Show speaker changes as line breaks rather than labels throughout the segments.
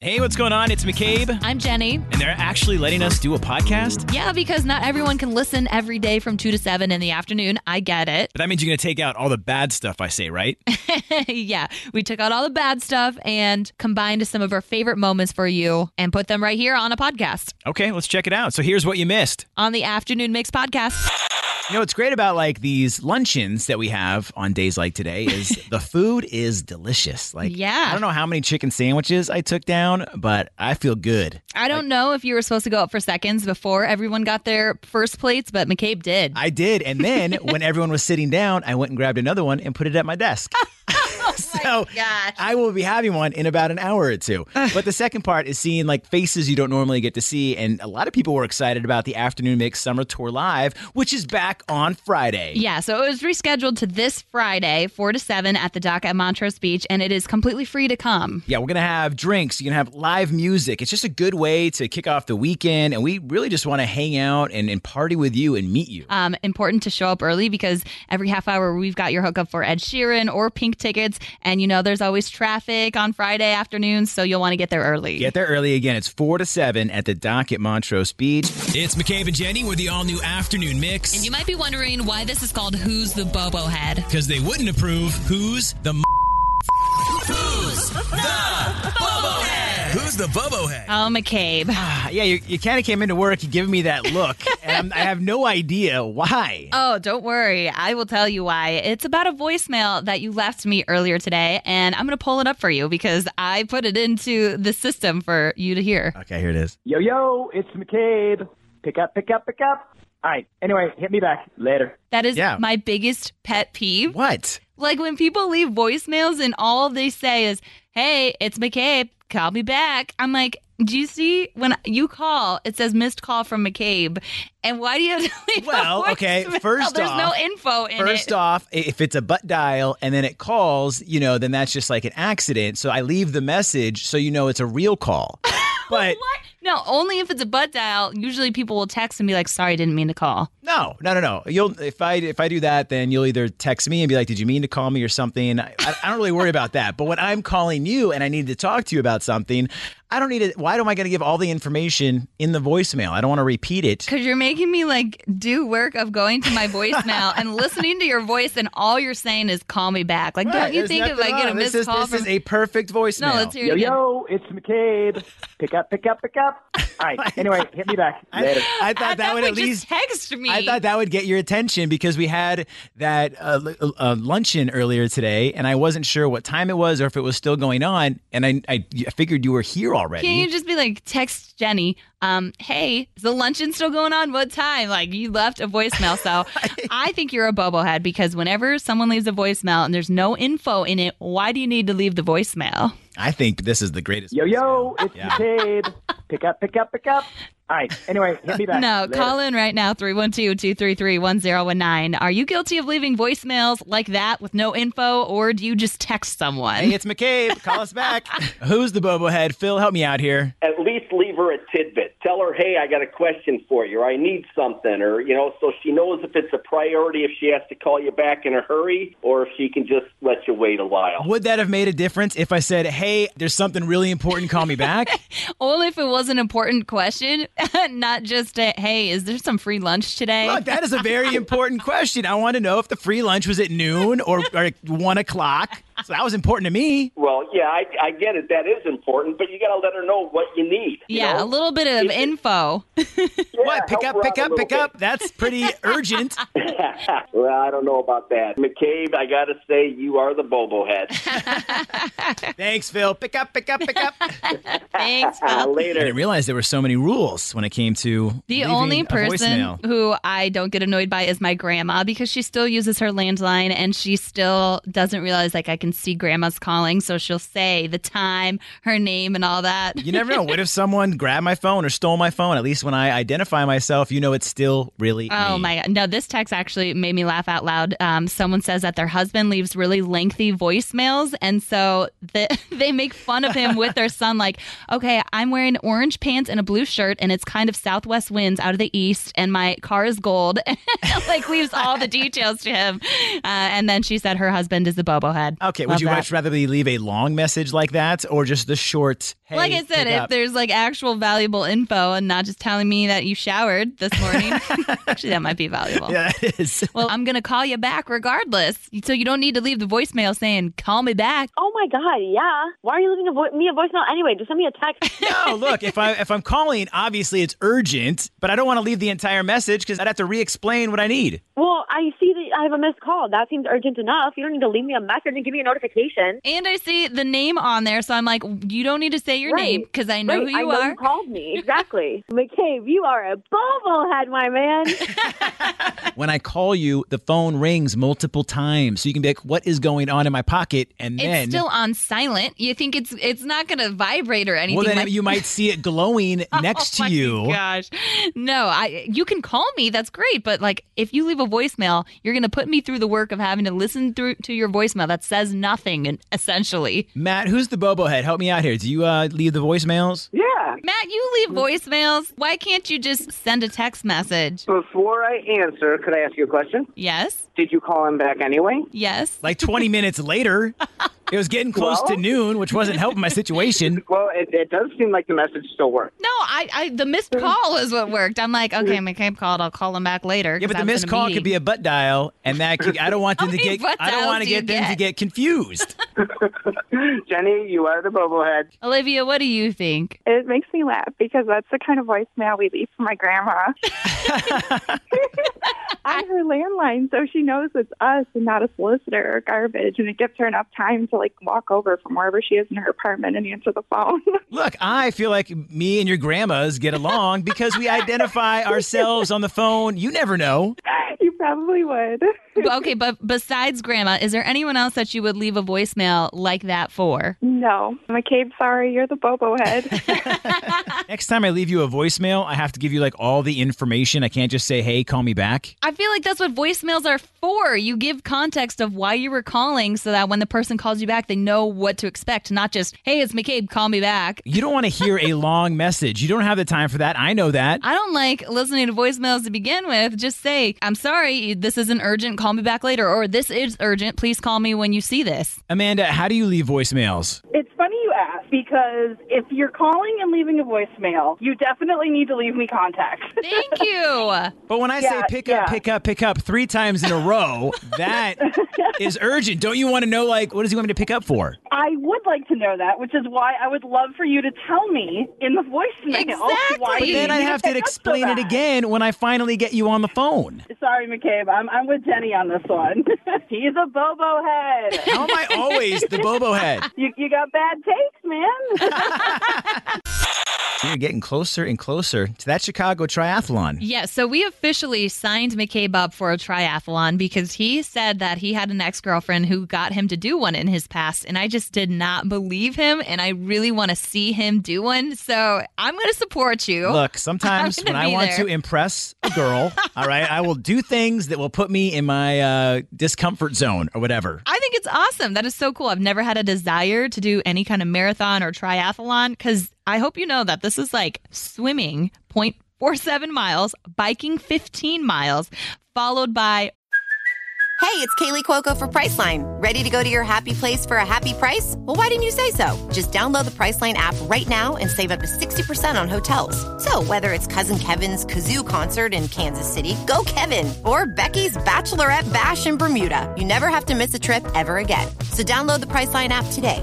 Hey, what's going on? It's McCabe,
I'm Jenny.
and they're actually letting us do a podcast.
Yeah, because not everyone can listen every day from 2 to 7 in the afternoon. I get it.
But that means you're going to take out all the bad stuff I say, right?
yeah, we took out all the bad stuff and combined some of our favorite moments for you and put them right here on a podcast,
okay, let's check it out. So here's what you missed.
on the Afternoon Mix podcast.
You know, what's great about like these luncheons that we have on days like today is the food is delicious. Like,
Yeah.
I don't know how many chicken sandwiches I took down, but I feel good.
I don't know if you were supposed to go up for seconds before everyone got their first plates, but McCabe did.
I did. And then when everyone was sitting down, I went and grabbed another one and put it at my desk. so
Oh gosh.
I will be having one in about an hour or two. but the second part is seeing like faces you don't normally get to see. And a lot of people were excited about the Afternoon Mix Summer Tour Live, which is back on Friday.
Yeah, so it was rescheduled to this Friday, 4 to 7 at the dock at Montrose Beach, and it is completely free to come.
Yeah, we're going to have drinks. You're going to have live music. It's just a good way to kick off the weekend. And we really just want to hang out and, and party with you and meet you.
um, important to show up early because every half hour we've got your hookup for Ed Sheeran or Pink tickets, and you know there's always traffic on Friday afternoons, so you'll want to get there early.
Get there early again. It's 4 to 7 at the dock at Montrose Beach. It's McCabe and Jenny with the all new afternoon mix.
You might be wondering why this is called "Who's the Bobo Head."
because they wouldn't approve who's the
Who's the Bobo Head?
Oh, McCabe.
Ah, yeah you, you kind of came into work you giving me that look and I'm- i have no idea why
Oh, don't worry. I will tell you why. It's about a voicemail that you left me earlier today, and I'm going to pull it up for you because I put it into the system for you to hear.
okay here it is
Yo, yo, it's McCabe. Pick up, pick up, pick up. All right. Anyway, hit me back later.
That is
Yeah.
my biggest pet peeve.
what
Like when people leave voicemails and all they say is, "Hey, it's McCabe. Call me back." I'm like, "Do you see when you call? It says missed call from McCabe, and why do you have to leave?" a
Well, okay,
voicemail?
first
there's
off-
no info in
First
it.
off, i- if it's a butt dial and then it calls, you know, then that's just like an accident. So I leave the message so you know it's a real call. But
what? No, only if it's a butt dial. Usually, people will text and be like, "Sorry, didn't mean to call."
no, no, no, no. You'll if I if I do that, then you'll either text me and be like, "Did you mean to call me or something?" I, I I don't really worry about that. But when I'm calling you and I need to talk to you about something, I don't need it. Why am I going to give all the information in the voicemail? I don't want to repeat it.
Because you're making me like do work of going to my voicemail and listening to your voice, and all you're saying is "Call me back." Like,
Right,
don't you
there's
think if I
nothing
get a
wrong.
missed
this is,
call
this
from
is a perfect voicemail.
no, let's hear it
Yo,
again.
yo, it's McCabe. Pick up, pick up, pick up. All right. Anyway, hit me back
I,
later.
I thought
I
that
thought
would
we
at least.
just text me.
I thought that would get your attention because we had that uh, l- uh, luncheon earlier today, and I wasn't sure what time it was or if it was still going on. And I, I I figured you were here already.
Can you just be like, text Jenny, um, hey, is the luncheon still going on? What time? Like, you left a voicemail. So I think you're a bobblehead because whenever someone leaves a voicemail and there's no info in it, why do you need to leave the voicemail?
I think this is the greatest.
Yo, yo,
voicemail.
it's
Yeah.
McCabe. Pick up, pick up, pick up. All right. Anyway, hit me back
No,
later.
call in right now, 312 233 1019. Are you guilty of leaving voicemails like that with no info, or do you just text someone?
Hey, it's McCabe. Call us back. Who's the bobo head? Phil, help me out here.
at least leave her a tidbit. Tell her, hey, I got a question for you, or I need something, or, you know, so she knows if it's a priority, if she has to call you back in a hurry, or if she can just let you wait a while.
Would that have made a difference if I said, "Hey, there's something really important. Call me back"?
Only if it was an important question, not just a, hey, is there some free lunch today?
Look, that is a very important question. I want to know if the free lunch was at noon or, or at one o'clock. So that was important to me.
Well, yeah, I, I get it. That is important, but you got to let her know what you need. you
yeah,
know?
a little bit of
If it-
info.
Yeah,
what? Pick up,
help her
pick
out a
up,
little
pick
bit.
up. That's pretty urgent.
well, I don't know about that. McCabe, I got to say, you are the bobo head.
Thanks, Phil. Pick up, pick up, pick up. I
Thanks,
Uh,
Phil.
later.
didn't realize there were so many rules when it came to
The
leaving
only
a
person
voicemail.
who I don't get annoyed by is my grandma because she still uses her landline and she still doesn't realize like I can see grandma's calling, so she'll say the time, her name, and all that.
You never know. What if someone grabbed my phone or stole my phone? At least when I identify myself, you know it's still really
Oh
me.
my god! No, this text actually made me laugh out loud. Um, someone says that their husband leaves really lengthy voicemails, and so the, they make fun of him with their son. Like, okay, I'm wearing orange pants and a blue shirt, and it's kind of southwest winds out of the east, and my car is gold. like, leaves all the details to him. Uh, and then she said her husband is the bobo head.
Okay,
Love
would you
that.
much rather be leave a long message like that or just the short, Hey,
like I said,
pick
if
up.
there's like actual valuable info and not just telling me that you showered this morning, actually, that might be valuable.
yeah, that is.
Well, I'm going to call you back regardless. So you don't need to leave the voicemail saying, call me back.
Oh my God, yeah. Why are you leaving a vo- me a voicemail anyway? Just send me a text.
No, look, if I if I'm calling, obviously it's urgent, but I don't want to leave the entire message because I'd have to re-explain what I need.
well, I see that I have a missed call. That seems urgent enough. You don't need to leave me a message and give me a notification.
And I see the name on there. So I'm like, you don't need to say your
Right.
name because I know
Right,
who you
I know
are.
You called me exactly, McCabe. You are a bobblehead, my man.
When I call you, the phone rings multiple times, so you can be like, "What is going on in my pocket?" And
it's
then,
still on silent. You think it's it's not going to vibrate or anything.
well, then
like-
you might see it glowing next
Oh
to
my
you.
Gosh, no! I you can call me. That's great, but like if you leave a voicemail, you're going to put me through the work of having to listen through to your voicemail that says nothing, and- essentially.
Matt, who's the bobo head? Help me out here. Do you uh, leave the voicemails?
Yeah.
Matt, you
Mm.
leave voicemails. Why can't you just send a text message?
Before I answer, could I ask you a question?
Yes,
Did you call him back anyway?
yes.
Like 20 minutes later, it was getting close to
Well?
noon, which wasn't helping my situation.
Well, it, it does seem like the message still worked.
No, I, I the missed call is what worked. I'm like, okay, McCabe called. I'll call him back later.
Yeah, but the missed call could be a butt dial, and that could, I don't want them to
How many
get
butt
I don't
dials
want to
do you
get them to
get?
get confused.
Jenny, you are the bobblehead.
Olivia, what do you think?
It makes me laugh because that's the kind of voicemail we leave for my grandma. On her landline, so she knows it's us and not a solicitor or garbage, and it gives her enough time to like walk over from wherever she is in her apartment and answer the phone.
Look, I feel like me and your grandmas get along because we identify ourselves on the phone. You never know.
you probably would.
okay, but besides grandma, is there anyone else that you would leave a voicemail like that for?
no, McCabe, sorry, you're the bobo head.
Next time I leave you a voicemail, I have to give you like all the information. I can't just say, "Hey, call me back."
I feel like that's what voicemails are for. You give context of why you were calling so that when the person calls you back, they know what to expect, not just, hey, it's McCabe, call me back.
You don't want to hear a long message. You don't have the time for that. I know that.
I don't like listening to voicemails to begin with. Just say, I'm sorry, this isn't urgent, call me back later, or this is urgent, please call me when you see this.
Amanda, how do you leave voicemails?
It's funny you ask because if you're calling and leaving a voicemail, you definitely need to leave me contact.
Thank you.
But when I say
Yeah,
pick
yeah.
up, pick up, pick up three times in a row, that is urgent. Don't you want to know, like, what does he want me to pick up for?
I would like to know that, which is why I would love for you to tell me in the voicemail why
Exactly.
you
Then I
need
have to
pick up so
explain it
bad.
again when I finally get you on the phone.
Sorry, McCabe. I'm, I'm with Jenny on this one. He's a bobo head.
How am I always the bobo head?
you, you got bad takes, man.
We are getting closer and closer to that Chicago triathlon.
Yeah, so we officially signed McCabe up for a triathlon because he said that he had an ex girlfriend who got him to do one in his past. And I just did not believe him. And I really want to see him do one. So I'm going to support you.
Look, sometimes
I'm
when
gonna
I
be
want
there.
to impress a girl, all right, I will do things that will put me in my uh, discomfort zone or whatever.
I think it's awesome. That is so cool. I've never had a desire to do any kind of marathon or triathlon because I hope you know that this is like swimming 0.47 miles, biking 15 miles, followed by
Hey, it's Kaylee Cuoco for Priceline. Ready to go to your happy place for a happy price? Well, why didn't you say so? Just download the Priceline app right now and save up to 60% on hotels. So, whether it's Cousin Kevin's Kazoo concert in Kansas City, go Kevin, or Becky's Bachelorette Bash in Bermuda, you never have to miss a trip ever again. So, download the Priceline app today.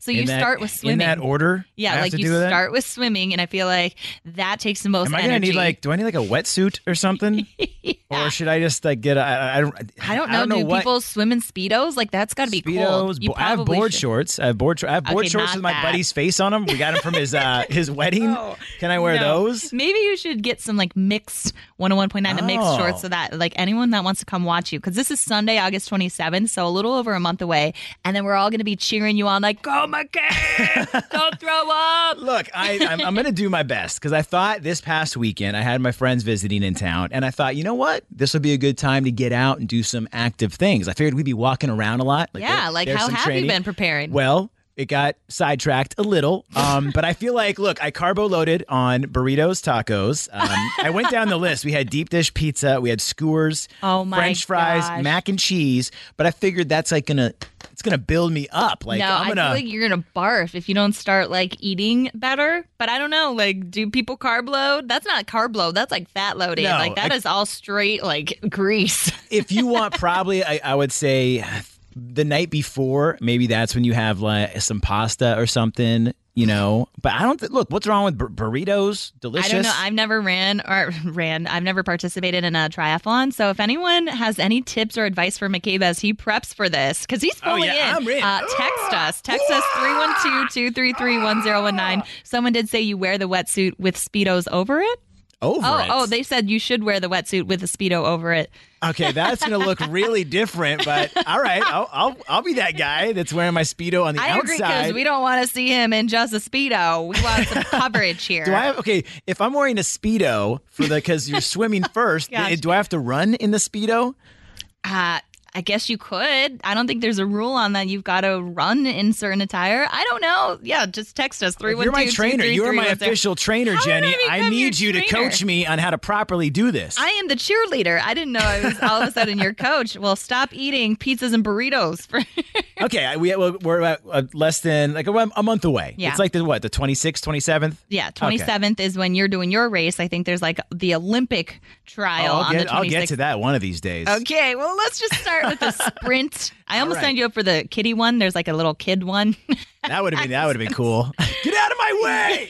So you
In that-
start with swimming.
in that order. I
Yeah,
have
like
to
you
do that?
start with swimming, and I feel like that takes the most
Am I gonna
energy.
need like? Do I need like a wetsuit or something? Or should I just like get? A, I, I, I don't.
I don't know.
I don't know
do
what
people swim in speedos? Like that's got to be cold.
speedos.
You
bo- I have
probably
board
should-
shorts. I have board. shor- I have board
Okay,
shorts
not
with my
that. Oh,
buddy's face on them. We got them from his uh, his wedding. Can I wear
No.
those?
Maybe you should get some like mixed 101.9 to mixed
Oh.
shorts so that like anyone that wants to come watch you because this is Sunday, August 27th, so a little over a month away, and then we're all going to be cheering you on like, "Go McCabe, don't throw up."
Look, I, I'm, I'm going to do my best because I thought this past weekend I had my friends visiting in town, and I thought, you know what, this would be a good time to get out and do some active things. I figured we'd be walking around a lot.
yeah,
there-
like
there's
how
some
have
training.
you been preparing?
Well, it got sidetracked a little, um, but I feel like, look, I carbo loaded on burritos, tacos. Um, I went down the list. We had deep dish pizza, we had skewers,
Oh my
French fries,
gosh.
mac and cheese. But I figured that's like gonna, it's gonna build me up. Like
no,
I'm gonna.
I feel like you're gonna barf if you don't start like eating better. But I don't know, like, do people carb load? That's not carb load. That's like fat loading.
No,
like that is
I-
all straight like grease.
if you want, probably I, I would say the night before. Maybe that's when you have like some pasta or something. You know, but I don't th- look. What's wrong with bur- burritos? Delicious.
I don't know. I've never ran or ran. I've never participated in a triathlon. So if anyone has any tips or advice for McCabe as he preps for this, because he's
Oh,
pulling
yeah,
in,
I'm in.
Uh, text us. Text us 312-233-1019. Someone did say you wear the wetsuit with speedos over it.
Over
oh,
it.
oh, they said you should wear the wetsuit with a speedo over it.
Okay, that's gonna look really different. But all right, I'll I'll, I'll be that guy that's wearing my speedo on the
I agree
outside.
because we don't want to see him in just a speedo. We want some coverage here.
do I have okay? If I'm wearing a speedo for the because you're swimming first, eh,
Gosh.
do I have to run in the speedo?
Uh, I guess you could. I don't think there's a rule on that. You've got to run in certain attire. I don't know. Yeah, just text us three one two.
you're my trainer. You're my official trainer, Jenny. I need you to coach me on how to properly do this.
I am the cheerleader. I didn't know I was all of a sudden your coach. Well, stop eating pizzas and burritos. For
okay, I- we we're about uh, less than like a, a month away.
Yeah.
it's like the what the 26th, 27th.
yeah,
Okay.
twenty seventh is when you're doing your race. I think there's like the Olympic trial
I'll
on
get,
the
I'll
twenty
get to
sixth.
that one of these days.
Okay, well, let's just start with the sprint. I almost
right.
signed you up for the kitty one. There's like a little kid one.
That would have been that would have been cool.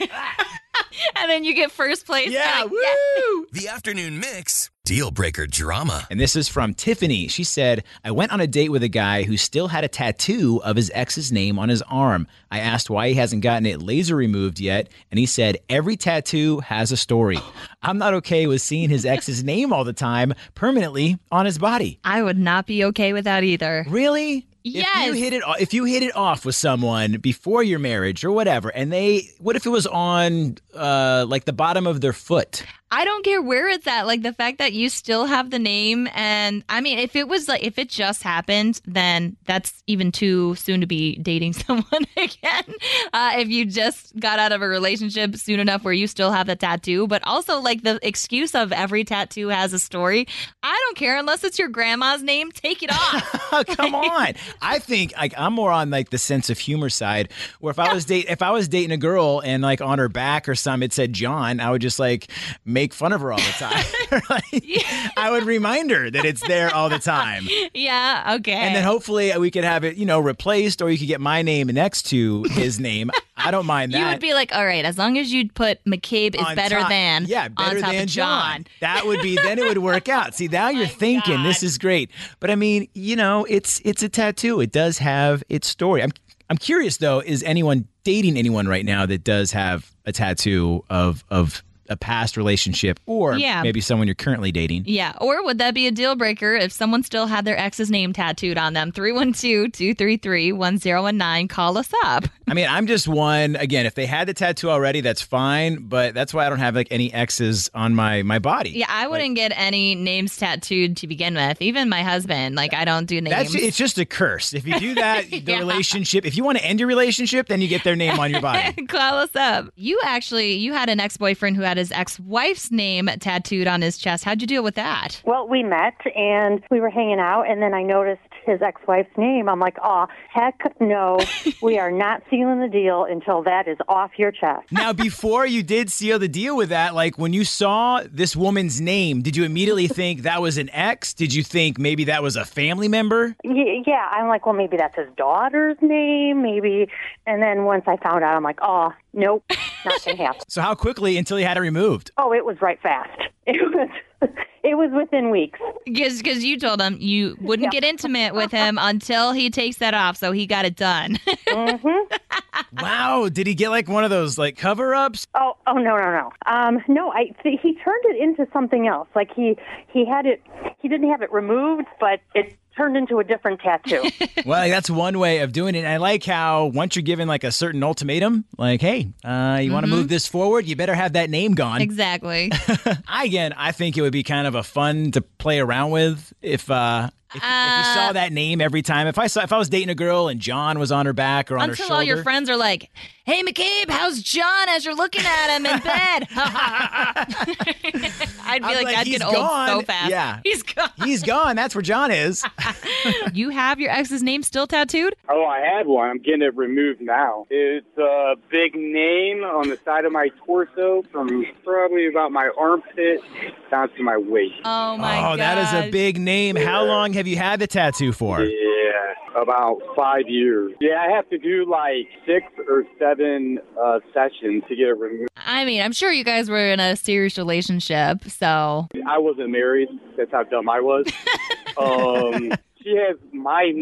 and then you get first place. Yeah, woo!
The afternoon mix deal breaker drama.
And this is from Tiffany. She said, I went on a date with a guy who still had a tattoo of his ex's name on his arm. I asked why he hasn't gotten it laser removed yet, and he said, Every tattoo has a story. I'm not okay with seeing his ex's name all the time permanently on his body.
I would not be okay with that either.
Really?
Yes.
If you hit it o- if you hit it off with someone before your marriage or whatever, and they what if it was on uh like the bottom of their foot?
I don't care where it's at. Like the fact that you still have the name, and I mean, if it was like if it just happened, then that's even too soon to be dating someone again. Uh, if you just got out of a relationship soon enough where you still have the tattoo, but also like the excuse of every tattoo has a story. I don't care unless it's your grandma's name. Take it off.
Come on. I think like I'm more on like the sense of humor side where if I was date if I was dating a girl and like on her back or something it said John, I would just like make fun of her all the time. Like, I would remind her that it's there all the time.
yeah. Okay.
And then hopefully we could have it, you know, replaced or you could get my name next to his name. I don't mind that.
You would be like, all right, as long as you put McCabe is
on
better
top-
than
yeah better
on top
than
of John.
That would be then it would work out. See now you're thinking this is great, but I mean you know it's it's a tattoo. It does have its story. I'm I'm curious though, is anyone dating anyone right now that does have a tattoo of of a past relationship or
Yeah.
maybe someone you're currently dating?
Yeah, or would that be a deal breaker if someone still had their ex's name tattooed on them? 312-233-1019. Call us up.
I mean, I'm just one again. If they had the tattoo already, that's fine. But that's why I don't have like any X's on my my body.
Yeah, I wouldn't get any names tattooed to begin with. Even my husband, like I don't do names.
That's it's just a curse. If you do that, the relationship. If you want to end your relationship, then you get their name on your body.
Call us up. You actually you had an ex-boyfriend who had his ex-wife's name tattooed on his chest. How'd you deal with that?
Well, we met and we were hanging out, and then I noticed his ex-wife's name. I'm like, oh, heck no. we are not sealing the deal until that is off your chest.
Now, before you did seal the deal with that, like when you saw this woman's name, did you immediately think that was an ex? Did you think maybe that was a family member?
Y- Yeah, I'm like, well, maybe that's his daughter's name, maybe. And then once I found out, I'm like, oh, nope, not gonna happen.
So how quickly until you had it removed?
Oh, it was right fast. It was, it was within weeks.
Because you told him you wouldn't get intimate with him until he takes that off, so he got it done.
Wow, did he get like one of those like cover-ups?
Oh, oh no, no, no. Um, no, I see, he turned it into something else. Like he he had it. He didn't have it removed, but it turned into a different tattoo.
well, that's one way of doing it. And I like how once you're given like a certain ultimatum, like, hey, uh, you want to
Mhm.
move this forward, you better have that name gone.
exactly.
I, again, I think it would be kind of a fun to play around with if. Uh, if, if you saw that name every time, if I saw, if I was dating a girl and John was on her back or on her
Until
shoulder,
all your friends are like, "Hey, McCabe, how's John?" As you're looking at him in bed, I'd be
I'm
like,
like,
"I'd
"He's
get old so
gone."
fast."
Yeah.
he's gone.
he's gone. That's where John is.
You have your ex's name still tattooed?
Oh, I had one. I'm getting it removed now. It's a big name on the side of my torso from probably about my armpit down to my waist.
Oh
oh, that is a big name. How long have you had the tattoo for?
Yeah, about five years. Yeah, I have to do like six or seven uh, sessions to get it removed.
I mean, I'm sure you guys were in a serious relationship, so
I wasn't married. That's how dumb I was. um, she has my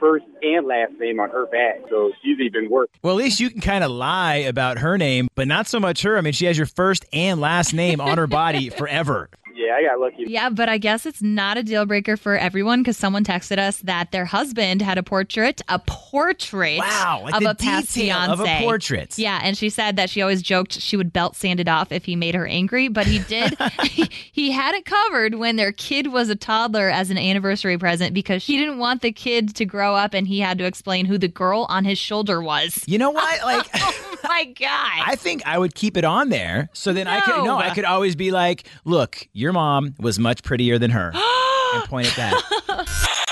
first and last name on her back, so she's even worse.
Well, at least you can kind of lie about her name, but not so much her. I mean, she has your first and last name on her body forever.
Yeah, I got lucky.
Yeah, but I guess it's not a deal breaker for everyone because someone texted us that their husband had a portrait, a portrait
Wow, like
of
the
a past
detail of a
fiance.
portrait.
Yeah, and she said that she always joked she would belt sand it off if he made her angry, but he did. he, he had it covered when their kid was a toddler as an anniversary present because she didn't want the kid to grow up and he had to explain who the girl on his shoulder was.
You know what? Like,
oh my God.
I think I would keep it on there. So then I could no,
No.
I could always be like, look, your mom was much prettier than her. and point at that.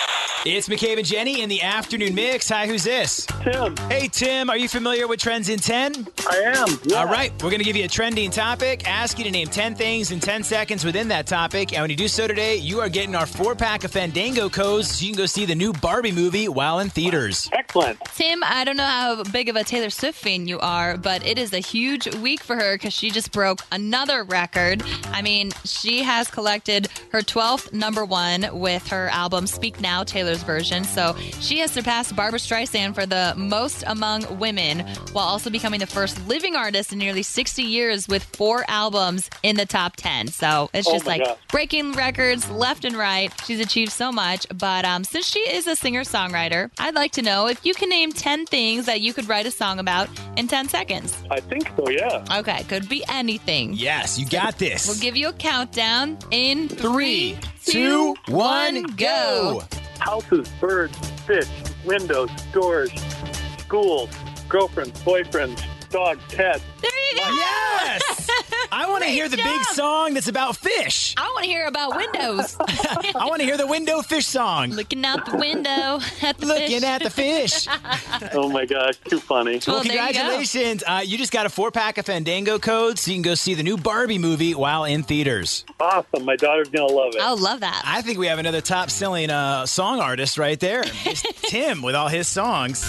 It's McCabe and Jenny in the afternoon mix. Hi, who's this? Tim. Hey, Tim, are you familiar with Trends in 10? I am. All right, we're going to give you a trending topic, ask you to name 10 things in 10 seconds within that topic. And when you do so today, you are getting our four pack of Fandango codes so you can go see the new Barbie movie while in theaters. Excellent.
Tim, I don't know how big of a Taylor Swift fan you are, but it is a huge week for her because she just broke another record. I mean, she has collected her 12th number one with her album Speak Now, Taylor's version. So she has surpassed Barbara Streisand for the most among women, while also becoming the first living artist in nearly 60 years with four albums in the top 10. So it's
Oh
just
my
like
gosh.
breaking records left and right. She's achieved so much, but um, since she is a singer songwriter, I'd like to know if you can name 10 things that you could write a song about in 10 seconds.
I think so, yeah.
Okay, could be anything.
Yes, you got this.
We'll give you a countdown in three,
two,
two,
one,
one, go.
Houses, birds, fish, windows, doors, schools, girlfriends, boyfriends, dogs, pets.
Yes! I want to hear the big song that's about fish.
I want to hear about windows.
I want to hear the window fish song.
Looking out the window at the
Looking
fish.
at the fish.
Oh my gosh, too funny.
Well, congratulations. uh, you just got a four pack of Fandango codes so you can go see the new Barbie movie while in theaters.
Awesome. My daughter's going to love it.
I love that.
I think we have another top selling uh, song artist right there. It's Tim with all his songs.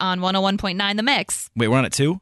on 101.9 The Mix.
Wait, we're on it too?